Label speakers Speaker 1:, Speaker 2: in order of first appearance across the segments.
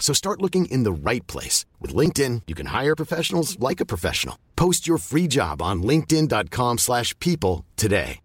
Speaker 1: So start looking in the right place. With LinkedIn, you can hire professionals like a professional. Post your free job on linkedin.com slash people today.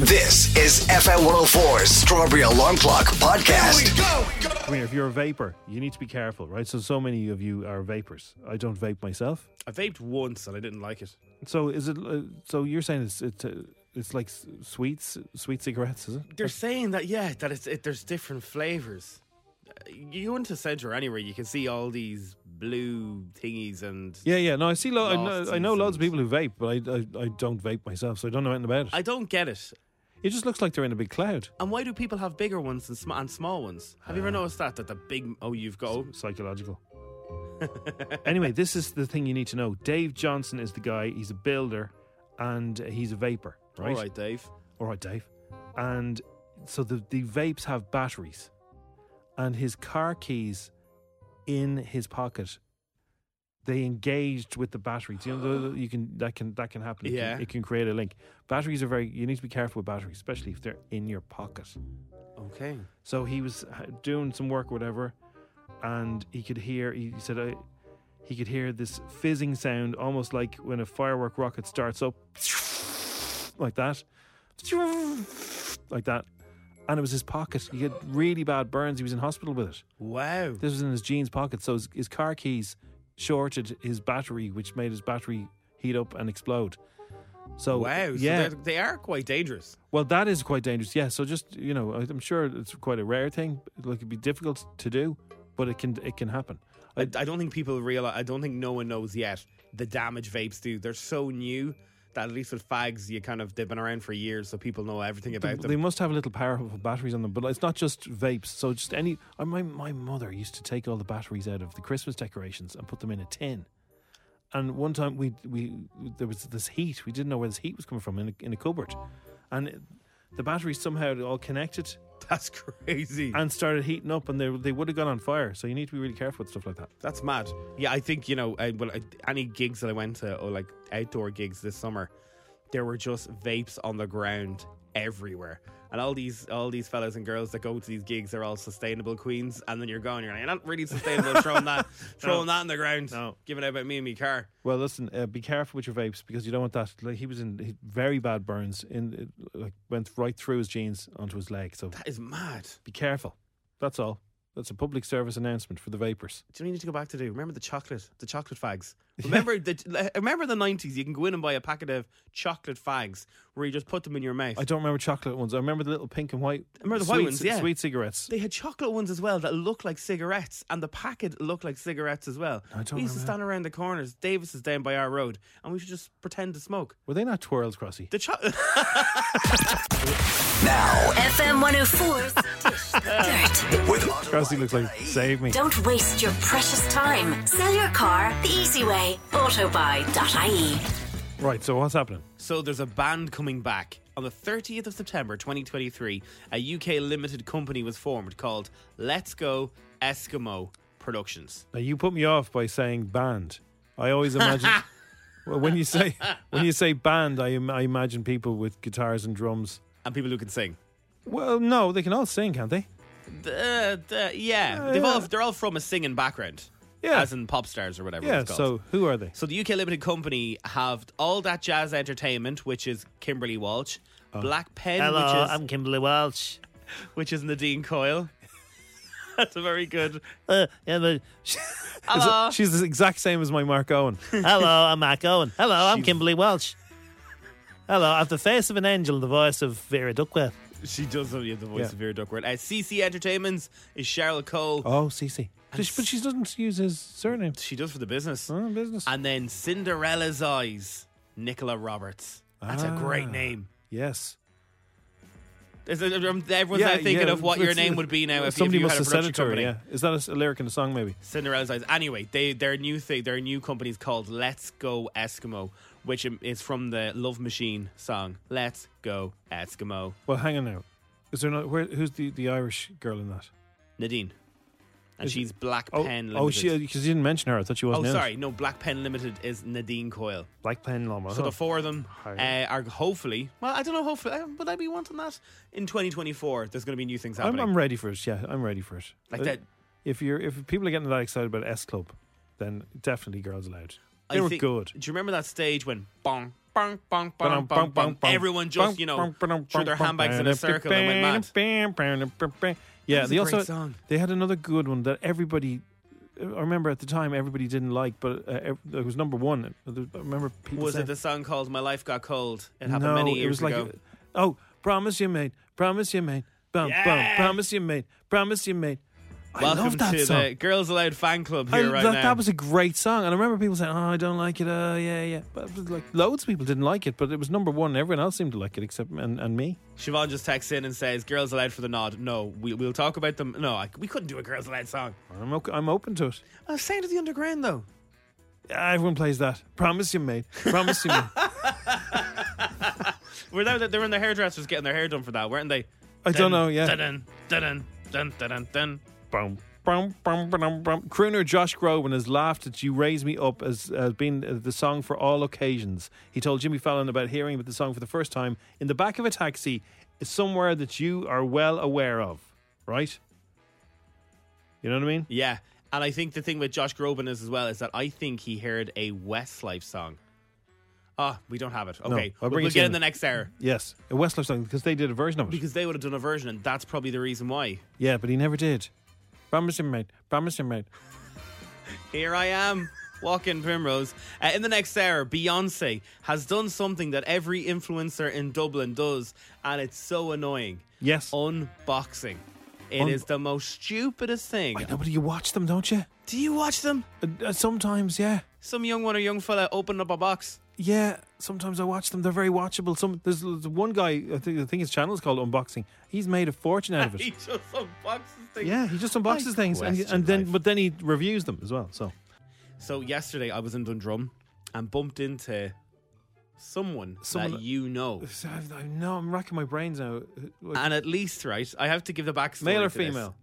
Speaker 2: This is FM 104's Strawberry Alarm Clock Podcast.
Speaker 3: Come here, if you're a vapor, you need to be careful, right? So, so many of you are vapors. I don't vape myself.
Speaker 4: I vaped once and I didn't like it.
Speaker 3: So, is it? Uh, so, you're saying it's it's, uh, it's like s- sweets, sweet cigarettes, is it?
Speaker 4: They're saying that yeah, that it's it, there's different flavors. Uh, You go into Centre anywhere, you can see all these blue thingies and
Speaker 3: Yeah, yeah. No, I see. Lo- I know,
Speaker 4: Lofties
Speaker 3: I know loads of
Speaker 4: and-
Speaker 3: people who vape, but I, I I don't vape myself, so I don't know anything about it.
Speaker 4: I don't get it.
Speaker 3: it just looks like they're in a big cloud.
Speaker 4: And why do people have bigger ones and, sm- and small ones? Have you ever noticed that that the big oh you've got oh,
Speaker 3: Psychological. anyway, this is the thing you need to know. Dave Johnson is the guy. He's a builder, and he's a vapor.
Speaker 4: all right, oh, Dave.
Speaker 3: All right, Dave. And so the, the vapes have batteries, and his car keys in his pocket. They engaged with the batteries. You know, the- you can that can that can happen. It can-
Speaker 4: Yeah.
Speaker 3: it can create a link. Batteries are very. You need to be careful with batteries, especially if they're in your pocket.
Speaker 4: Okay.
Speaker 3: So he was uh, doing some work, or whatever, and he could hear. He said, I, he could hear this fizzing sound, almost like when a firework rocket starts up, like that, like that. And it was his pocket. He had really bad burns. He was in hospital with it.
Speaker 4: Wow.
Speaker 3: This was in his jeans pocket. So his, his car keys shorted his battery, which made his battery heat up and explode. So
Speaker 4: wow. so
Speaker 3: yeah.
Speaker 4: they're- they are quite dangerous.
Speaker 3: Well, that is quite dangerous. Yeah. So just you know, I- I'm sure it's quite a rare thing. Like it'd be difficult to do, but it can it can happen.
Speaker 4: I, I don't think people realize. I don't think no one knows yet the damage vapes do. They're so new that at least with fags, you kind of they've been around for years, so people know everything about
Speaker 3: They
Speaker 4: them.
Speaker 3: must have a little powerful batteries on them, but it's not just vapes. So just any. I- My my mother used to take all the batteries out of the Christmas decorations and put them in a tin. And one time we we there was this heat. We didn't know where this heat was coming from in a, in a cupboard, and it- the batteries somehow all connected
Speaker 4: That's crazy.
Speaker 3: and started heating up, and they they would have gone on fire. So you need to be really careful with stuff like that.
Speaker 4: That's mad. Yeah, I think you know. Uh, well, uh, any gigs that I went to, or like outdoor gigs this summer, there were just vapes on the ground everywhere. And all these all these fellas and girls that go to these gigs, they're all sustainable queens. And then you're going, you're like, you're not really sustainable. throwing that, throwing that in the ground,
Speaker 3: No.
Speaker 4: giving out about me and me car.
Speaker 3: Well, listen, uh, be careful with your vapes because you don't want that. Like, he was in he- very bad burns, in it, like went right through his jeans onto his leg. So
Speaker 4: That is mad.
Speaker 3: be careful. That's all. That's a public service announcement for the vapors.
Speaker 4: Do you need to go back to do? Remember the chocolate, the chocolate fags. Remember the uh, remember the nineties. You can go in and buy a packet of chocolate fags where you just put them in your mouth.
Speaker 3: I don't remember chocolate ones. I remember the little pink and white.
Speaker 4: Remember the white
Speaker 3: sweet,
Speaker 4: ones, yeah.
Speaker 3: Sweet cigarettes.
Speaker 4: They had chocolate ones as well that looked like cigarettes, and the packet looked like cigarettes as well.
Speaker 3: I don't
Speaker 4: we used
Speaker 3: remember.
Speaker 4: to stand around the corners. Davis is down by our road, and we should just pretend to smoke.
Speaker 3: Were they not twirls, Crossy?
Speaker 4: The cho-
Speaker 5: FM 104's Dish the oh Dirt.
Speaker 2: With
Speaker 3: Crossy looks like, save me.
Speaker 5: Don't waste your precious time. Sell your car the easy way. Autobuy.ie.
Speaker 3: Right, so what's happening?
Speaker 4: so there's a band coming back on the 30th of September 2023. A UK limited company was formed called Let's Go Eskimo Productions.
Speaker 3: Now, you put me off by saying band. I always imagine. well, when you say when you say band, I, im- I imagine people with guitars and drums.
Speaker 4: And people who can sing.
Speaker 3: Well, no, they can all sing, can't they?
Speaker 4: Duh, duh, yeah, They've all, they're all from a singing background.
Speaker 3: Yeah.
Speaker 4: As in pop stars or whatever
Speaker 3: Yeah,
Speaker 4: it's called.
Speaker 3: so who are they?
Speaker 4: So the UK Limited Company have all that jazz entertainment, which is Kimberly Walsh,
Speaker 3: Oh.
Speaker 4: Black Pen, which is
Speaker 6: Kimberly Welch.
Speaker 4: which is Nadine Coyle, That's a very good.
Speaker 6: Uh, yeah, but
Speaker 7: Hello.
Speaker 3: She's the exact same as my Mark Owen.
Speaker 6: hello, oh, I'm Mark Owen. Hello, I'm Kimberly Welsh. Hello, I have the face of an angel, the voice of Vera Duckworth.
Speaker 4: She does have the voice
Speaker 3: Yeah.
Speaker 4: of Vera Duckworth. Uh, CC Entertainments is Cheryl Cole.
Speaker 3: Oh, Cece. But she, but she doesn't use his surname.
Speaker 4: She does for the business.
Speaker 3: Oh, business.
Speaker 4: And then Cinderella's Eyes, Nicola Roberts. That's a great
Speaker 3: Ah.
Speaker 4: name.
Speaker 3: yes.
Speaker 4: Is it- um, Everyone's now thinking of what your
Speaker 3: it's- uh,
Speaker 4: name would be now if,
Speaker 3: somebody
Speaker 4: if you
Speaker 3: must
Speaker 4: had a
Speaker 3: have said
Speaker 4: production
Speaker 3: it to her,
Speaker 4: company.
Speaker 3: Yeah. Is that a s- a, lyric in the song? Maybe.
Speaker 4: Cinderella's Eyes. Anyway, they their new thing, their new company's called Let's Go Eskimo, which im- is from the Love Machine song Let's Go Eskimo.
Speaker 3: Well, hang on now. Is there not? Where, who's the, the Irish girl in that?
Speaker 4: Nadine, and
Speaker 3: Is-
Speaker 4: she's Black
Speaker 3: Oh,
Speaker 4: Pen. Limited.
Speaker 3: oh, she because you didn't mention her. I thought she
Speaker 4: Oh,
Speaker 3: wasn't. in it.
Speaker 4: sorry. No, Black Pen Limited is Nadine Coyle.
Speaker 3: Black Pen Llama.
Speaker 4: So
Speaker 3: huh.
Speaker 4: the four of them uh,
Speaker 3: Hi.
Speaker 4: are hopefully. Well, I don't know. Hopefully, uh, would I be wanting that in 2024? There's going to be new things
Speaker 3: I'm,
Speaker 4: happening.
Speaker 3: I'm ready for it. Yeah, I'm ready for it.
Speaker 4: Like
Speaker 3: Uh,
Speaker 4: that-
Speaker 3: If you're if people are getting that excited about S Club, then definitely Girls Aloud. They
Speaker 4: I
Speaker 3: were
Speaker 4: think-
Speaker 3: good.
Speaker 4: Do you remember that stage when bong bong bong bong
Speaker 3: Ba-dum,
Speaker 4: bong
Speaker 3: bong,
Speaker 4: bong?
Speaker 3: bong,
Speaker 4: Everyone just you know
Speaker 3: bong, bong,
Speaker 4: threw their
Speaker 3: bong,
Speaker 4: handbags in a
Speaker 3: bong,
Speaker 4: circle and went mad.
Speaker 3: bong, bong. Yeah,
Speaker 4: was
Speaker 3: they
Speaker 4: a great
Speaker 3: also
Speaker 4: song.
Speaker 3: they had another good one that everybody. I remember at the time everybody didn't like, but uh, ev- it was number one. I remember people
Speaker 4: Was
Speaker 3: saying,
Speaker 4: it the song called "My Life Got Cold"? It happened
Speaker 3: no,
Speaker 4: many years
Speaker 3: it was like,
Speaker 4: ago.
Speaker 3: oh, promise you made, promise you made, bum bum,
Speaker 4: Yeah.
Speaker 3: promise you made, promise you made. I
Speaker 4: Welcome
Speaker 3: love that
Speaker 4: to
Speaker 3: song.
Speaker 4: the Girls Aloud fan club here
Speaker 3: I-
Speaker 4: right
Speaker 3: that,
Speaker 4: now.
Speaker 3: that was a great song, and I remember people saying, "Oh, I don't like it." Oh, yeah, yeah. But it was like loads of people didn't like it, but it was number one. and Everyone else seemed to like it except and, and me.
Speaker 4: Siobhan just texts in and says, "Girls Aloud for the nod." No, we, we'll talk about them. No, I, we couldn't do a Girls Aloud song.
Speaker 3: I'm okay, I'm open to it.
Speaker 4: I was saying to the underground though.
Speaker 3: Everyone plays that. Promise you, mate. Promise you, mate.
Speaker 4: Were they, they were in their hairdressers getting their hair done for that, weren't they?
Speaker 3: I don't know. Yeah.
Speaker 4: Dun, dun, dun, dun, dun, dun.
Speaker 3: Bum, bum, bum, bum, bum. Crooner Josh Groban has laughed at "You Raise Me Up" as as being uh, the song for all occasions. He told Jimmy Fallon about hearing about the song for the first time in the back of a taxi, somewhere that you are well aware of, right? You know what I mean?
Speaker 4: Yeah, and I think the thing with Josh Groban is as well is that I think he heard a Westlife song. Ah, we don't have it. Okay,
Speaker 3: I'll
Speaker 4: we'll,
Speaker 3: bring
Speaker 4: we'll
Speaker 3: it to
Speaker 4: get
Speaker 3: you
Speaker 4: in
Speaker 3: in
Speaker 4: the
Speaker 3: a
Speaker 4: next hour
Speaker 3: Yes, a Westlife song because they did a version of it.
Speaker 4: because they would have done a version, and that's probably the reason why.
Speaker 3: yeah, but he never did. Promise him, mate. Promise him, mate.
Speaker 4: Here I am, walking primrose. Uh, in the next hour, Beyonce has done something that every influencer in Dublin does, and it's so annoying.
Speaker 3: Yes.
Speaker 4: Unboxing. It is
Speaker 3: Un-
Speaker 4: the most stupidest thing.
Speaker 3: Wait, nobody, you watch them, don't you?
Speaker 4: Do you watch them?
Speaker 3: Uh, uh, sometimes, yeah,
Speaker 4: Some young one or young fella opened up a box.
Speaker 3: yeah. Sometimes I watch them. They're very watchable. Some there's, there's one guy. I think I think his channel is called Unboxing. He's made a fortune out of
Speaker 4: He
Speaker 3: it.
Speaker 4: just unboxes things.
Speaker 3: yeah, he just unboxes
Speaker 4: I
Speaker 3: things and, he-
Speaker 4: question
Speaker 3: and then
Speaker 4: life.
Speaker 3: but then he reviews them as well. So
Speaker 4: So yesterday I was in Dundrum and bumped into someone,
Speaker 3: Someone-
Speaker 4: that you know.
Speaker 3: So I've, I know I'm racking my brains now. Uh,
Speaker 4: And at least, right, I have to give the backstory.
Speaker 3: Male or
Speaker 4: to this.
Speaker 3: female?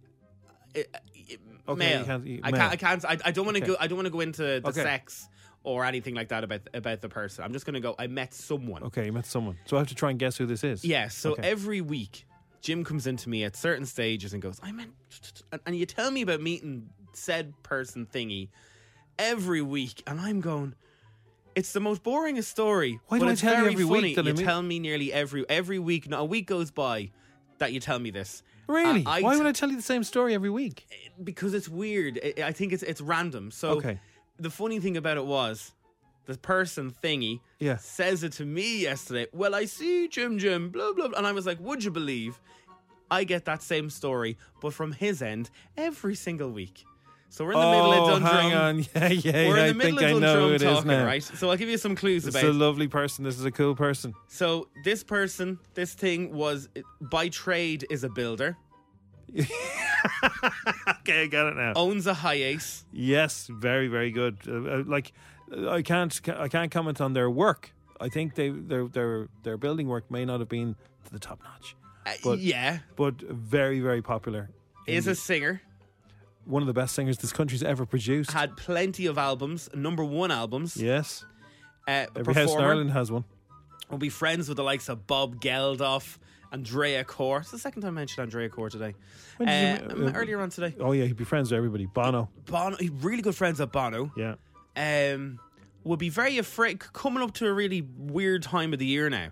Speaker 4: It- it-
Speaker 3: Okay,
Speaker 4: male.
Speaker 3: you can't- you-
Speaker 4: I can't.
Speaker 3: male.
Speaker 4: I can't. I, I don't want to
Speaker 3: Okay.
Speaker 4: go. I don't want to go into the
Speaker 3: Okay.
Speaker 4: sex or anything like that about about the person. I'm just going to go. I met someone.
Speaker 3: Okay, you met someone. So I have to try and guess who this is.
Speaker 4: Yeah. So
Speaker 3: Okay.
Speaker 4: every week, Jim comes into me at certain stages and goes, "I met," and- and you tell me about meeting said person thingy every week, and I'm going. It's the most boringest story.
Speaker 3: Why
Speaker 4: but
Speaker 3: do I
Speaker 4: it's
Speaker 3: tell you
Speaker 4: very
Speaker 3: every week
Speaker 4: funny.
Speaker 3: that I
Speaker 4: you
Speaker 3: meet-
Speaker 4: tell me nearly every every week? Not a week goes by that you tell me this.
Speaker 3: Really?
Speaker 4: And I
Speaker 3: Why
Speaker 4: t-
Speaker 3: would I tell you the same story every week?
Speaker 4: because it's weird. I- I think it's it's random. So
Speaker 3: Okay.
Speaker 4: the funny thing about it was the person thingy
Speaker 3: Yeah.
Speaker 4: says it to me yesterday. Well, I see Jim Jim blah blah, blah. and I was like, would you believe? I get that same story, but from his end every single week. So we're in the middle of
Speaker 3: Oh,
Speaker 4: Dundrum.
Speaker 3: hang on. Yeah, yeah,
Speaker 4: We're
Speaker 3: yeah,
Speaker 4: in the
Speaker 3: I
Speaker 4: middle
Speaker 3: think
Speaker 4: of
Speaker 3: I
Speaker 4: Dundrum
Speaker 3: know who it is
Speaker 4: talking,
Speaker 3: now.
Speaker 4: right? So I'll give you some clues
Speaker 3: This
Speaker 4: about
Speaker 3: is a lovely person. This is a cool person.
Speaker 4: So this person, this thing was by trade is a builder,
Speaker 3: Okay, I got it now.
Speaker 4: owns a high ace.
Speaker 3: Yes, very, very good. Uh, uh, like, uh, I can't, I can't comment on their work. I think they, their, their, their building work may not have been to the top notch,
Speaker 4: Uh,
Speaker 3: But-
Speaker 4: yeah,
Speaker 3: but very, very popular.
Speaker 4: is a singer.
Speaker 3: One of the best singers this country's ever produced.
Speaker 4: had plenty of albums, number one albums.
Speaker 3: yes,
Speaker 4: Uh,
Speaker 3: every house in
Speaker 4: performer.
Speaker 3: Ireland has one.
Speaker 4: Will be friends with the likes of Bob Geldof, Andrea Corr. It's the second time I mentioned Andrea Corr today.
Speaker 3: When did
Speaker 4: Uh,
Speaker 3: you-
Speaker 4: um, earlier on today,
Speaker 3: Oh yeah, he'd be friends with everybody. Bono.
Speaker 4: Bono, he- really good friends with Bono.
Speaker 3: Yeah.
Speaker 4: Um, will be very afraid coming up to a really weird time of the year now.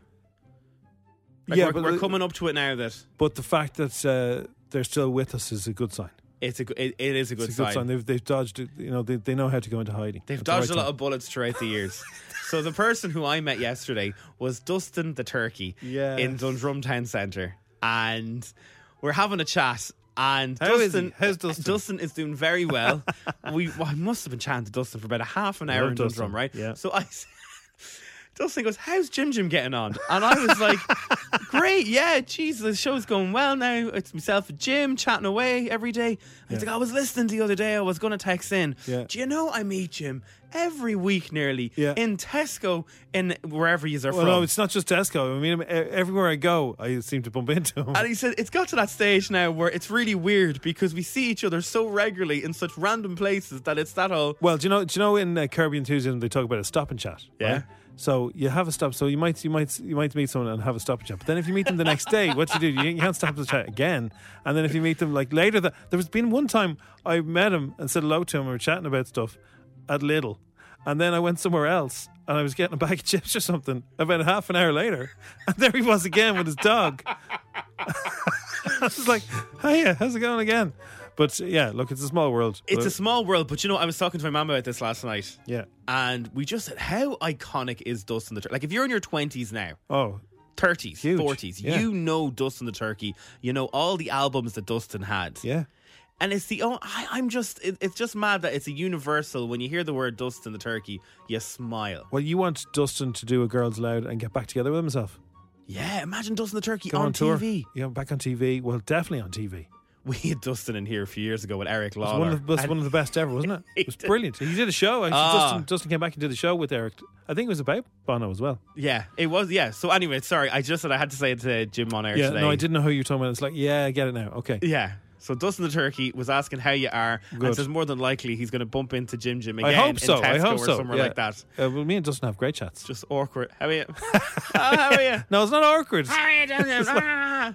Speaker 4: Like,
Speaker 3: yeah,
Speaker 4: we're,
Speaker 3: but
Speaker 4: we're
Speaker 3: the-
Speaker 4: coming up to it now. That
Speaker 3: But the fact that uh, they're still with us is a good sign.
Speaker 4: It's a g- it, it is a good,
Speaker 3: It's a good
Speaker 4: sign.
Speaker 3: sign. They've, they've dodged, it, you know, they, they know how to go into hiding.
Speaker 4: They've
Speaker 3: at the
Speaker 4: dodged
Speaker 3: right
Speaker 4: a lot
Speaker 3: time.
Speaker 4: of bullets throughout the years. so the person who I met yesterday was Dustin the Turkey in
Speaker 3: Yes.
Speaker 4: Dundrum Town Centre, and we're having a chat. And
Speaker 3: How is he?
Speaker 4: Dustin,
Speaker 3: How's Dustin?
Speaker 4: is doing very well. we well, I must have been chatting to Dustin for about a half an hour
Speaker 3: love
Speaker 4: in
Speaker 3: Dustin.
Speaker 4: Dundrum, right?
Speaker 3: Yeah.
Speaker 4: So I. s- Dustin goes, "How's Jim Jim getting on?" And I was like, "Great, yeah, Jesus, the show's going well now. It's myself and Jim chatting away every day." I was like, "I was listening the other day. I was going to text in.
Speaker 3: Yeah.
Speaker 4: Do you know I meet Jim every week, nearly
Speaker 3: Yeah.
Speaker 4: in Tesco in wherever you are
Speaker 3: Well,
Speaker 4: from."
Speaker 3: no, it's not just Tesco. I mean, e- everywhere I go, I seem to bump into him.
Speaker 4: and he said it's got to that stage now where it's really weird because we see each other so regularly in such random places that it's that whole
Speaker 3: Well, do you know? Do you know in uh, Kirby Enthusiasm they talk about a stop and chat?
Speaker 4: Yeah.
Speaker 3: right? So you have a stop. So you might you might you might meet someone and have a stop and chat. But then if you meet them the next day, what do you do? You can't stop and chat again. And then if you meet them like later, that there was been one time I met him and said hello to him. We were chatting about stuff at Lidl, and then I went somewhere else and I was getting a bag of chips or something. About half an hour later, and there he was again with his dog. I was like, "Hiya, how's it going again?" But yeah, look, it's a small world.
Speaker 4: It's a
Speaker 3: But-
Speaker 4: small world, but you know, I was talking to my mum about this last night.
Speaker 3: Yeah.
Speaker 4: And we just said, how iconic is Dustin the Turkey? Like, if you're in your 20s now,
Speaker 3: oh
Speaker 4: 30s,
Speaker 3: Huge.
Speaker 4: 40s,
Speaker 3: Yeah.
Speaker 4: you know Dustin the Turkey. You know all the albums that Dustin had.
Speaker 3: yeah.
Speaker 4: And it's the, oh, I, I'm just, it, it's just mad that it's a universal. When you hear the word Dustin the Turkey, you smile.
Speaker 3: Well, you want Dustin to do a Girls Loud and get back together with himself.
Speaker 4: Yeah, imagine Dustin the Turkey
Speaker 3: Go on,
Speaker 4: on,
Speaker 3: tour.
Speaker 4: TV.
Speaker 3: Yeah, back on TV. Well, definitely on TV.
Speaker 4: We had Dustin in here a few years ago with Eric
Speaker 3: It was
Speaker 4: Lawler.
Speaker 3: one of the best,
Speaker 4: And-
Speaker 3: one of the best ever, wasn't it? It was
Speaker 4: did.
Speaker 3: brilliant. He did a show. Actually,
Speaker 4: Ah.
Speaker 3: Dustin, Dustin came back and did a show with Eric. I think it was about Bono as well.
Speaker 4: yeah, it was, yeah. So anyway, sorry, I just said I had to say it to Jim on air
Speaker 3: yeah,
Speaker 4: today.
Speaker 3: no, I didn't know who you were talking about. It's like, yeah, I get it now. Okay.
Speaker 4: Yeah. So Dustin the Turkey was asking how you are,
Speaker 3: Good.
Speaker 4: and says more than likely he's going to bump into Jim Jim
Speaker 3: I
Speaker 4: again.
Speaker 3: hope so.
Speaker 4: In Tesco
Speaker 3: I hope
Speaker 4: or
Speaker 3: so.
Speaker 4: Somewhere
Speaker 3: Yeah.
Speaker 4: like that.
Speaker 3: Uh, well, me and Dustin have great chats.
Speaker 4: Just awkward. How are you? oh, how are you?
Speaker 3: no, it's not awkward.
Speaker 4: How are you, Dustin? Ah.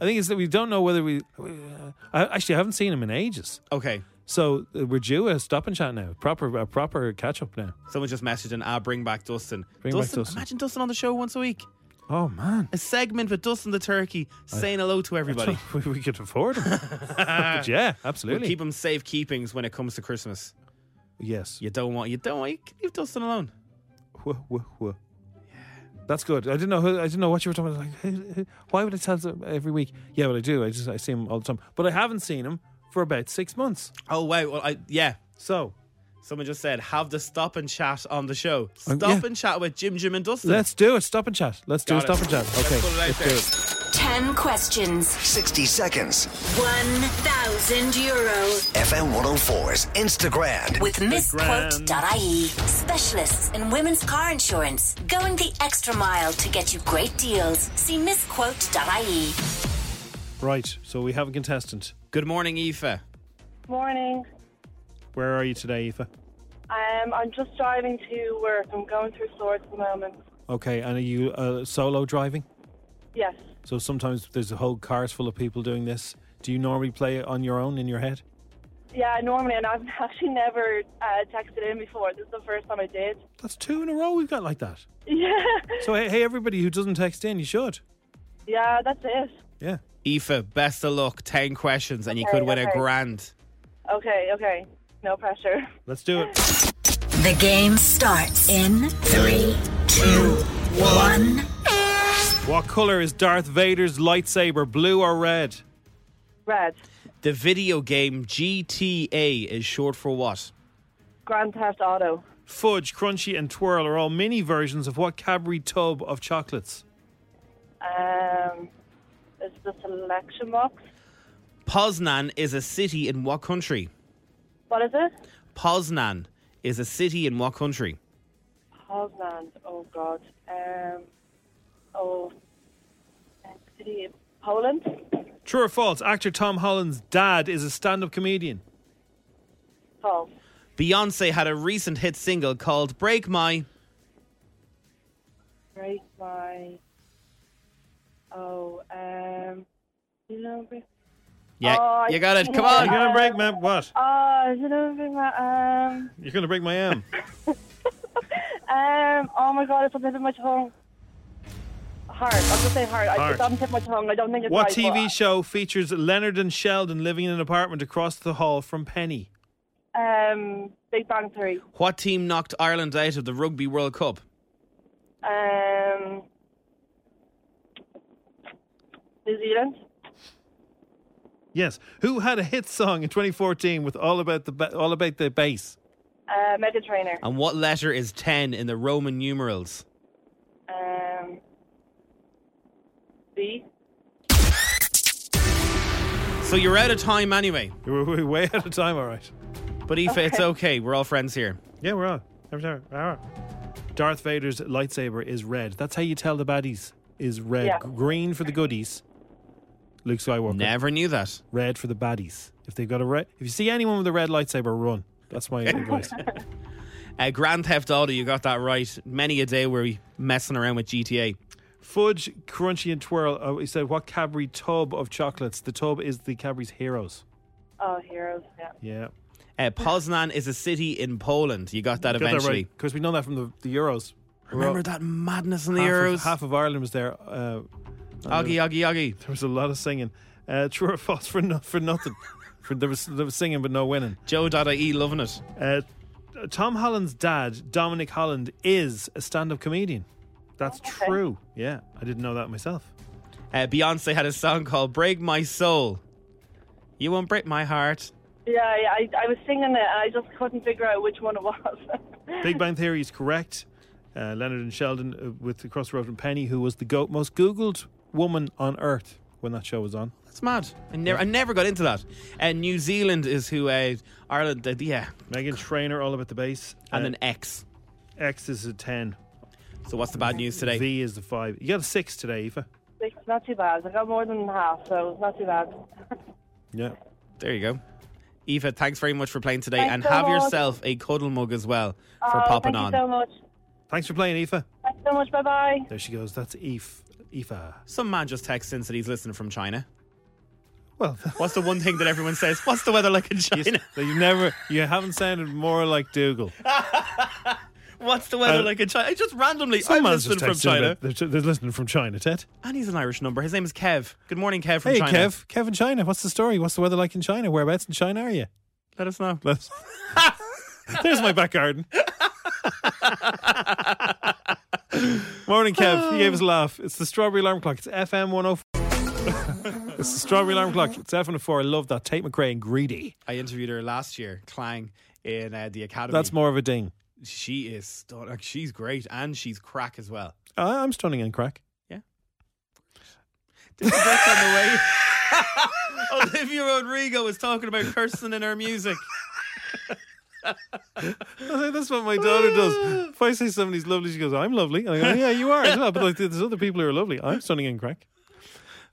Speaker 3: I think it's that we don't know whether we. Uh, I actually haven't seen him in ages.
Speaker 4: Okay.
Speaker 3: So uh, we're due a stop and chat now. Proper, a proper catch up now.
Speaker 4: Someone just messaged in, ah, bring back Dustin.
Speaker 3: Bring back
Speaker 4: Dustin,
Speaker 3: Dustin.
Speaker 4: Imagine Dustin on the show once a week.
Speaker 3: Oh man.
Speaker 4: A segment with Dustin the Turkey saying hello to everybody.
Speaker 3: we we could afford him. but yeah,
Speaker 4: We'll
Speaker 3: absolutely.
Speaker 4: keep him safe keepings when it comes to Christmas.
Speaker 3: yes.
Speaker 4: You don't want, you don't want, you can leave Dustin alone.
Speaker 3: Whoa, whoa, whoa. That's good. I didn't know. Who, I didn't know what you were talking about. Like, who- who- why would I tell them every week? Yeah, well, I do. I just I see him all the time, but I haven't seen him for about six months.
Speaker 4: Oh, wow. Well, I, yeah.
Speaker 3: So
Speaker 4: Someone just said, have the stop and chat on the show.
Speaker 3: Um,
Speaker 4: Stop
Speaker 3: yeah.
Speaker 4: and chat with Jim, Jim, and Dustin.
Speaker 3: let's do it. Stop and chat. Let's do a stop
Speaker 4: Got it.
Speaker 3: and chat.
Speaker 4: Let's
Speaker 3: Okay,
Speaker 4: put it out
Speaker 3: let's do
Speaker 4: there.
Speaker 3: it.
Speaker 5: 10 questions,
Speaker 2: 60 seconds.
Speaker 5: 1,000 euro.
Speaker 2: FM 104's Instagram.
Speaker 5: With misquote.ie, E. specialists in women's car insurance, going the extra mile to get you great deals. See misquote.ie.
Speaker 3: Right. So we have a contestant.
Speaker 4: Good morning, Aoife.
Speaker 8: Morning.
Speaker 3: Where are you today, Aoife?
Speaker 8: Um, I'm just driving to work. I'm going through stores at the moment.
Speaker 3: Okay, and are you uh, solo driving?
Speaker 8: Yes.
Speaker 3: So sometimes there's a whole cars full of people doing this. Do you normally play it on your own in your head?
Speaker 8: Yeah, normally, and I've actually never uh, texted in before. This is the first time I did.
Speaker 3: That's two in a row we've got like that.
Speaker 8: Yeah.
Speaker 3: So hey, hey everybody who doesn't text in, you should.
Speaker 8: Yeah, that's it.
Speaker 3: Yeah.
Speaker 4: Aoife, best of luck. 10 questions, and you
Speaker 8: Okay,
Speaker 4: could win
Speaker 8: okay.
Speaker 4: a grand.
Speaker 8: Okay, okay. No pressure.
Speaker 3: Let's do it.
Speaker 9: The game starts in three, two, one.
Speaker 3: What color is Darth Vader's lightsaber? Blue or red?
Speaker 8: Red.
Speaker 4: The video game GTA is short for what?
Speaker 8: Grand Theft Auto.
Speaker 3: Fudge, crunchy, and twirl are all mini versions of what Cadbury tub of chocolates?
Speaker 8: Um, it's the selection box.
Speaker 4: Poznan is a city in what country?
Speaker 8: What is it?
Speaker 4: Poznan is a city in what country?
Speaker 8: Poznan. Oh God. Um, oh, uh, city of Poland.
Speaker 3: True or false? Actor Tom Holland's dad is a stand-up comedian.
Speaker 8: False.
Speaker 4: Beyonce had a recent hit single called Break My.
Speaker 8: Break my. Oh, um, you know, break.
Speaker 4: Yeah,
Speaker 8: Oh, I
Speaker 4: you got it.
Speaker 8: see
Speaker 4: Come
Speaker 8: it.
Speaker 4: on.
Speaker 3: You're gonna break my what?
Speaker 8: Oh, you know, break my. Um,
Speaker 3: You're gonna break my arm.
Speaker 8: um. Oh my God, it's on the tip of my tongue. Hard. I'll just say hard. I,
Speaker 3: Hard.
Speaker 8: it's on the tip of my tongue. I don't think it's
Speaker 3: What
Speaker 8: right, but-
Speaker 3: TV show features Leonard and Sheldon living in an apartment across the hall from Penny?
Speaker 8: Um, Big Bang Theory.
Speaker 4: What team knocked Ireland out of the Rugby World Cup?
Speaker 8: Um, New Zealand.
Speaker 3: Yes. Who had a hit song in 2014 with all about the ba- all about the bass?
Speaker 8: Uh, Mega Trainer.
Speaker 4: And what letter is 10 in the Roman numerals?
Speaker 8: Um, B.
Speaker 4: So you're out of time anyway.
Speaker 3: We're, we're way out of time. All right.
Speaker 4: But Aoife, it's okay. We're all friends here.
Speaker 3: Yeah, we're on. Every time. All right. Darth Vader's lightsaber is red. That's how you tell the baddies is red.
Speaker 8: Yeah.
Speaker 3: Green for the goodies. Luke Skywalker.
Speaker 4: Never knew that.
Speaker 3: Red for the baddies. If they've got a red, if you see anyone with a red lightsaber, run. That's my advice.
Speaker 4: Uh, Grand Theft Auto, you got that right. Many a day were we messing around with GTA.
Speaker 3: Fudge, crunchy, and twirl. Oh, he said, "What Cadbury tub of chocolates? The tub is the Cadbury's Heroes."
Speaker 8: Oh, Heroes. Yeah.
Speaker 3: Yeah,
Speaker 4: Uh, Poznan is a city in Poland. You got that eventually.
Speaker 3: because we know that from the, the Euros.
Speaker 4: Remember that madness in the
Speaker 3: half
Speaker 4: Euros?
Speaker 3: Of, half of Ireland was there. Uh,
Speaker 4: Oggy, oggy, oggy.
Speaker 3: there was a lot of singing. Uh, true or false for no, for nothing. for, there was there was singing but no winning.
Speaker 4: Joe.ie loving it.
Speaker 3: Uh, Tom Holland's dad, Dominic Holland, is a stand-up comedian. That's true. Yeah, I didn't know that myself.
Speaker 4: Uh, Beyonce had a song called Break My Soul. You won't break my heart.
Speaker 8: Yeah, I, I, I was singing it and I just couldn't figure out which one it was.
Speaker 3: Big Bang Theory is correct. Uh, Leonard and Sheldon uh, with the Crossroad and Penny, who was the go- most Googled woman on Earth when that show was on.
Speaker 4: That's mad. I never, I never got into that. And New Zealand is who uh, Ireland, uh, yeah.
Speaker 3: Megan Trainer, all about the bass.
Speaker 4: And
Speaker 3: Uh,
Speaker 4: an X.
Speaker 3: X is a 10.
Speaker 4: So what's the bad news today?
Speaker 3: V is the 5. You got a 6 today, Eva.
Speaker 8: It's not too bad. I got more than half, so it's not too bad.
Speaker 3: Yeah.
Speaker 4: There you go. Eva, thanks very much for playing today.
Speaker 8: Thanks
Speaker 4: and
Speaker 8: so
Speaker 4: have
Speaker 8: much.
Speaker 4: yourself a cuddle mug as well for
Speaker 8: oh,
Speaker 4: popping
Speaker 8: thank
Speaker 4: on.
Speaker 8: you so much.
Speaker 3: Thanks for playing, Eva.
Speaker 8: Thanks so much. Bye bye.
Speaker 3: There she goes. That's Eve. Eva.
Speaker 4: Some man just texts in that he's listening from China.
Speaker 3: Well,
Speaker 4: What's the one thing that everyone says? What's the weather like in China?
Speaker 3: you never, you haven't sounded more like Dougal.
Speaker 4: What's the weather
Speaker 3: Uh,
Speaker 4: like in China? Just randomly, I'm
Speaker 3: man's texted
Speaker 4: listening from
Speaker 3: in
Speaker 4: China.
Speaker 3: about- They're, they're listening from China, Ted.
Speaker 4: And he's an Irish number. His name is Kev. Good morning, Kev from
Speaker 3: hey,
Speaker 4: China.
Speaker 3: Kev. Kev in China. What's the story? What's the weather like in China? Whereabouts in China are you?
Speaker 4: Let us know.
Speaker 3: Let's- There's my back garden. Morning, Kev. You gave us a laugh. It's the Strawberry Alarm Clock. It's FM 104. it's the Strawberry Alarm Clock. It's FM 4. oh I love that. Tate McRae and Greedy.
Speaker 4: I interviewed her last year, Clang, in uh, the Academy.
Speaker 3: That's more of a ding.
Speaker 4: She is stunning. Like, She's great, and she's crack as well.
Speaker 3: I- I'm stunning and crack.
Speaker 4: There's a book on the way. Olivia Rodrigo was talking about cursing in her music.
Speaker 3: I think that's what my daughter does. If I say somebody's lovely, she goes, I'm lovely. And I go, yeah, you are as well. But like, there's other people who are lovely. I'm stunning and crack.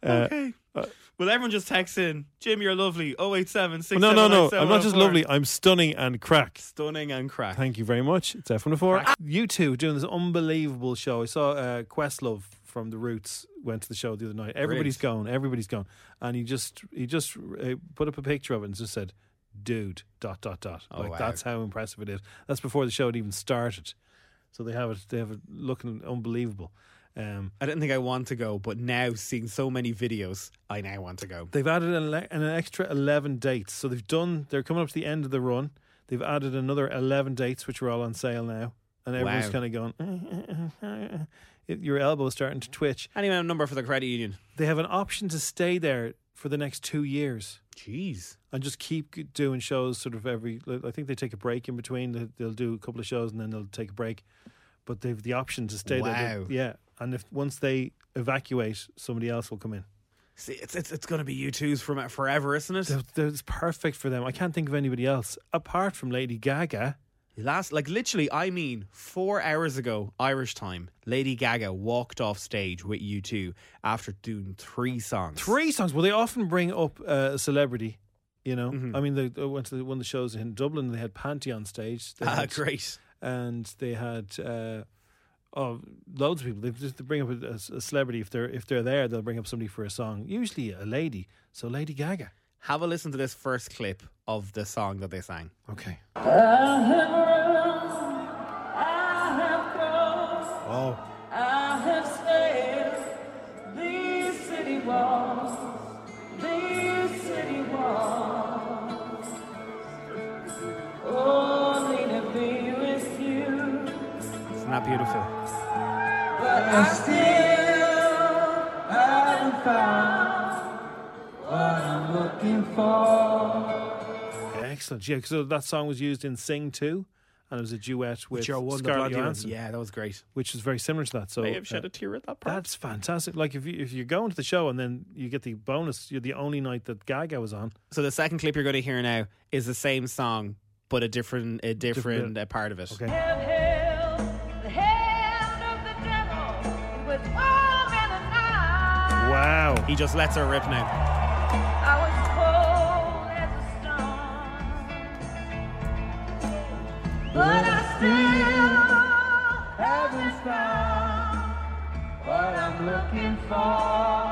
Speaker 3: Uh,
Speaker 4: okay. Well, everyone just text in, Jim, you're lovely. 087
Speaker 3: no, no, no. I'm not just lovely. I'm stunning and crack.
Speaker 4: Stunning and crack.
Speaker 3: Thank you very much. It's F104. You two doing this unbelievable show. I saw uh, Questlove from The Roots went to the show the other night. Everybody's gone. Everybody's gone. And he just he just uh, put up a picture of it and just said, "Dude." Dot dot dot.
Speaker 4: Oh,
Speaker 3: like
Speaker 4: wow.
Speaker 3: that's how impressive it is. That's before the show had even started. So they have it. They have it looking unbelievable. Um,
Speaker 4: I didn't think I want to go, but now seeing so many videos, I now want to go.
Speaker 3: They've added an, ele- an extra 11 dates. So they've done, they're coming up to the end of the run. They've added another 11 dates, which are all on sale now. And everyone's
Speaker 4: Wow.
Speaker 3: kind of going, It- your elbow's starting to twitch.
Speaker 4: I don't even have a number for the credit union.
Speaker 3: They have an option to stay there for the next two years
Speaker 4: Jeez.
Speaker 3: and just keep g- doing shows sort of every, I think they take a break in between. They- They'll do a couple of shows and then they'll take a break. But they've the option to stay there.
Speaker 4: Wow.
Speaker 3: They- Yeah. And if once they evacuate, somebody else will come in.
Speaker 4: See, it's it's, it's going to be you two's from forever, isn't it?
Speaker 3: Th- That's perfect for them. I can't think of anybody else apart from Lady Gaga.
Speaker 4: Last, like literally, I mean, four hours ago, Irish time, Lady Gaga walked off stage with you two after doing three songs.
Speaker 3: Three songs. Well, they often bring up uh, a celebrity. You know,
Speaker 4: Mm-hmm.
Speaker 3: I mean, they they went to the, one of the shows in Dublin. They had Panty on stage. They
Speaker 4: Ah,
Speaker 3: had-
Speaker 4: great.
Speaker 3: And they had uh, oh, loads of people. They just they bring up a, a celebrity if they're if they're there. They'll bring up somebody for a song. Usually a lady. So Lady Gaga.
Speaker 4: Have a listen to this first clip of the song that they sang.
Speaker 3: Okay.
Speaker 4: Oh,
Speaker 10: I have stayed these city walls, these city walls. Only to be with you,
Speaker 4: isn't that beautiful?
Speaker 10: but I still haven't found what I'm looking for.
Speaker 3: Excellent. Yeah. So that song was used in Sing Two, and it was a duet with
Speaker 4: Joe won the
Speaker 3: Scarlett
Speaker 4: bloody one.
Speaker 3: Johansson.
Speaker 4: Yeah, that was great.
Speaker 3: Which is very similar to that. So
Speaker 4: I have
Speaker 3: uh,
Speaker 4: shed a tear at that part.
Speaker 3: That's fantastic. Like if you if you're going to the show and then you get the bonus, you're the only night that Gaga was on.
Speaker 4: So the second clip you're going to hear now is the same song, but a different a different,
Speaker 3: Different
Speaker 4: uh, part of it.
Speaker 3: Okay.
Speaker 10: The hand of the devil, it was all in an eye.
Speaker 3: Wow.
Speaker 4: He just lets her rip now.
Speaker 10: I was cold as a stone, but I still haven't found what I'm looking for.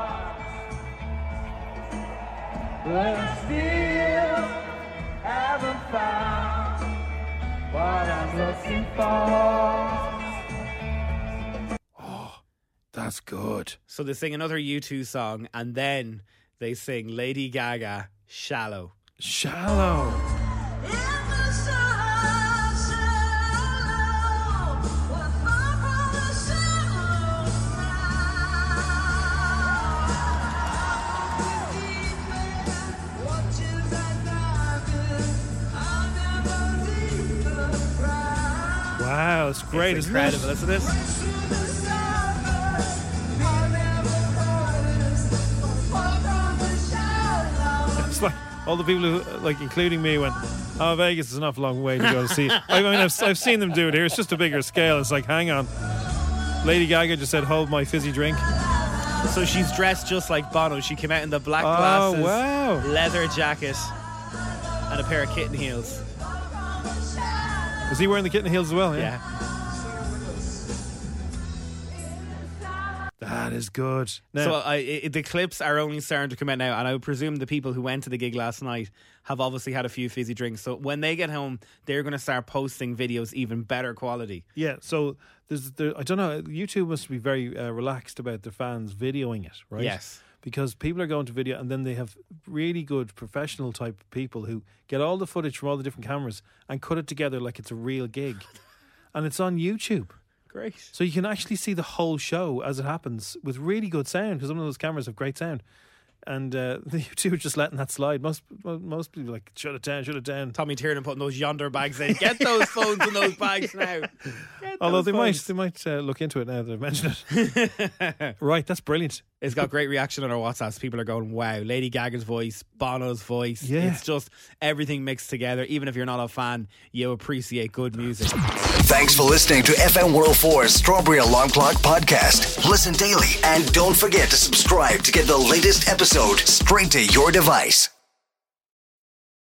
Speaker 10: But I still haven't found what I'm looking for.
Speaker 3: That's good.
Speaker 4: So they sing another U2 song, and then they sing Lady Gaga, Shallow.
Speaker 3: Shallow. Wow, it's great.
Speaker 4: It's
Speaker 3: isn't it?
Speaker 4: incredible, isn't it?
Speaker 3: It's like all the people who, like, including me, went. Oh, Vegas is an awful long way to go to see. I mean, I've, I've seen them do it here. It's just a bigger scale. It's like, hang on. Lady Gaga just said, "Hold my fizzy drink."
Speaker 4: So she's dressed just like Bono. She came out in the black
Speaker 3: Oh,
Speaker 4: glasses,
Speaker 3: wow.
Speaker 4: leather jacket, and a pair of kitten heels.
Speaker 3: Is he wearing the kitten heels as well?
Speaker 4: Yeah.
Speaker 3: That is good. Now,
Speaker 4: So I, i the clips are only starting to come out now, and I would presume the people who went to the gig last night have obviously had a few fizzy drinks. So when they get home, they're going to start posting videos even better quality.
Speaker 3: Yeah, so there's there, I don't know. YouTube must be very uh, relaxed about their fans videoing it, right?
Speaker 4: Yes.
Speaker 3: Because people are going to video, and then they have really good professional type people who get all the footage from all the different cameras and cut it together like it's a real gig, and it's on YouTube,
Speaker 4: Great.
Speaker 3: so you can actually see the whole show as it happens with really good sound because some of those cameras have great sound, and uh, the YouTube are just letting that slide. Most well, most people are like shut it down, shut it down.
Speaker 4: Tommy Tiernan putting those yonder bags in. Get those phones in those bags now. Get
Speaker 3: Although
Speaker 4: those
Speaker 3: they might
Speaker 4: phones.
Speaker 3: they might uh, look into it now that I've mentioned it. right, that's brilliant.
Speaker 4: It's got great reaction on our WhatsApps. People are going, wow, Lady Gaga's voice, Bono's voice.
Speaker 2: Yeah.
Speaker 4: It's just everything mixed together. Even if you're not a fan, you appreciate good music.
Speaker 2: Thanks for listening to FM 104's Strawberry Alarm Clock podcast. Listen daily and don't forget to subscribe to get the latest episode straight to your device.